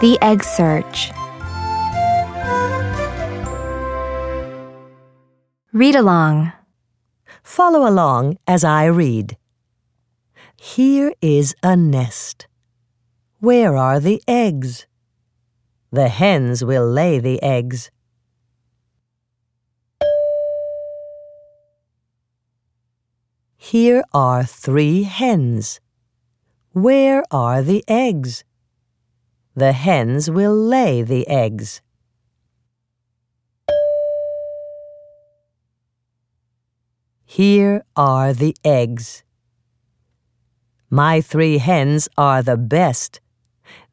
The Egg Search. Read along. Follow along as I read. Here is a nest. Where are the eggs? The hens will lay the eggs. Here are three hens. Where are the eggs? The hens will lay the eggs. Here are the eggs. My three hens are the best.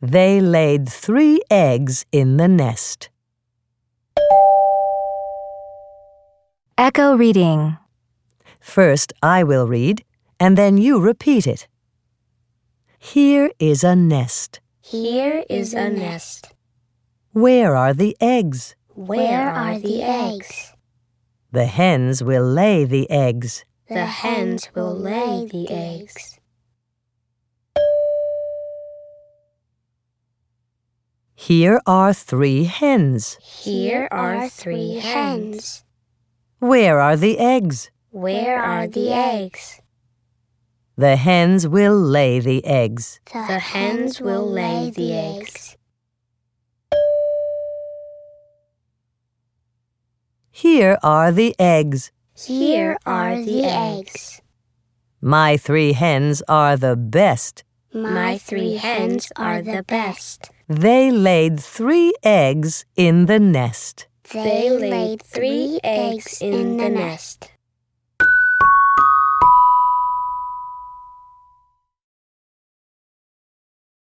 They laid three eggs in the nest. Echo reading. First, I will read, and then you repeat it. Here is a nest. Here is a nest. Where are the eggs? Where are the eggs? The hens will lay the eggs. The hens will lay the eggs. Here are three hens. Here are three hens. Where are the eggs? Where are the eggs? The hens will lay the eggs. The hens will lay the eggs. Here are the eggs. Here are the eggs. My three hens are the best. My three hens are the best. They laid three eggs in the nest. They laid three eggs in the nest.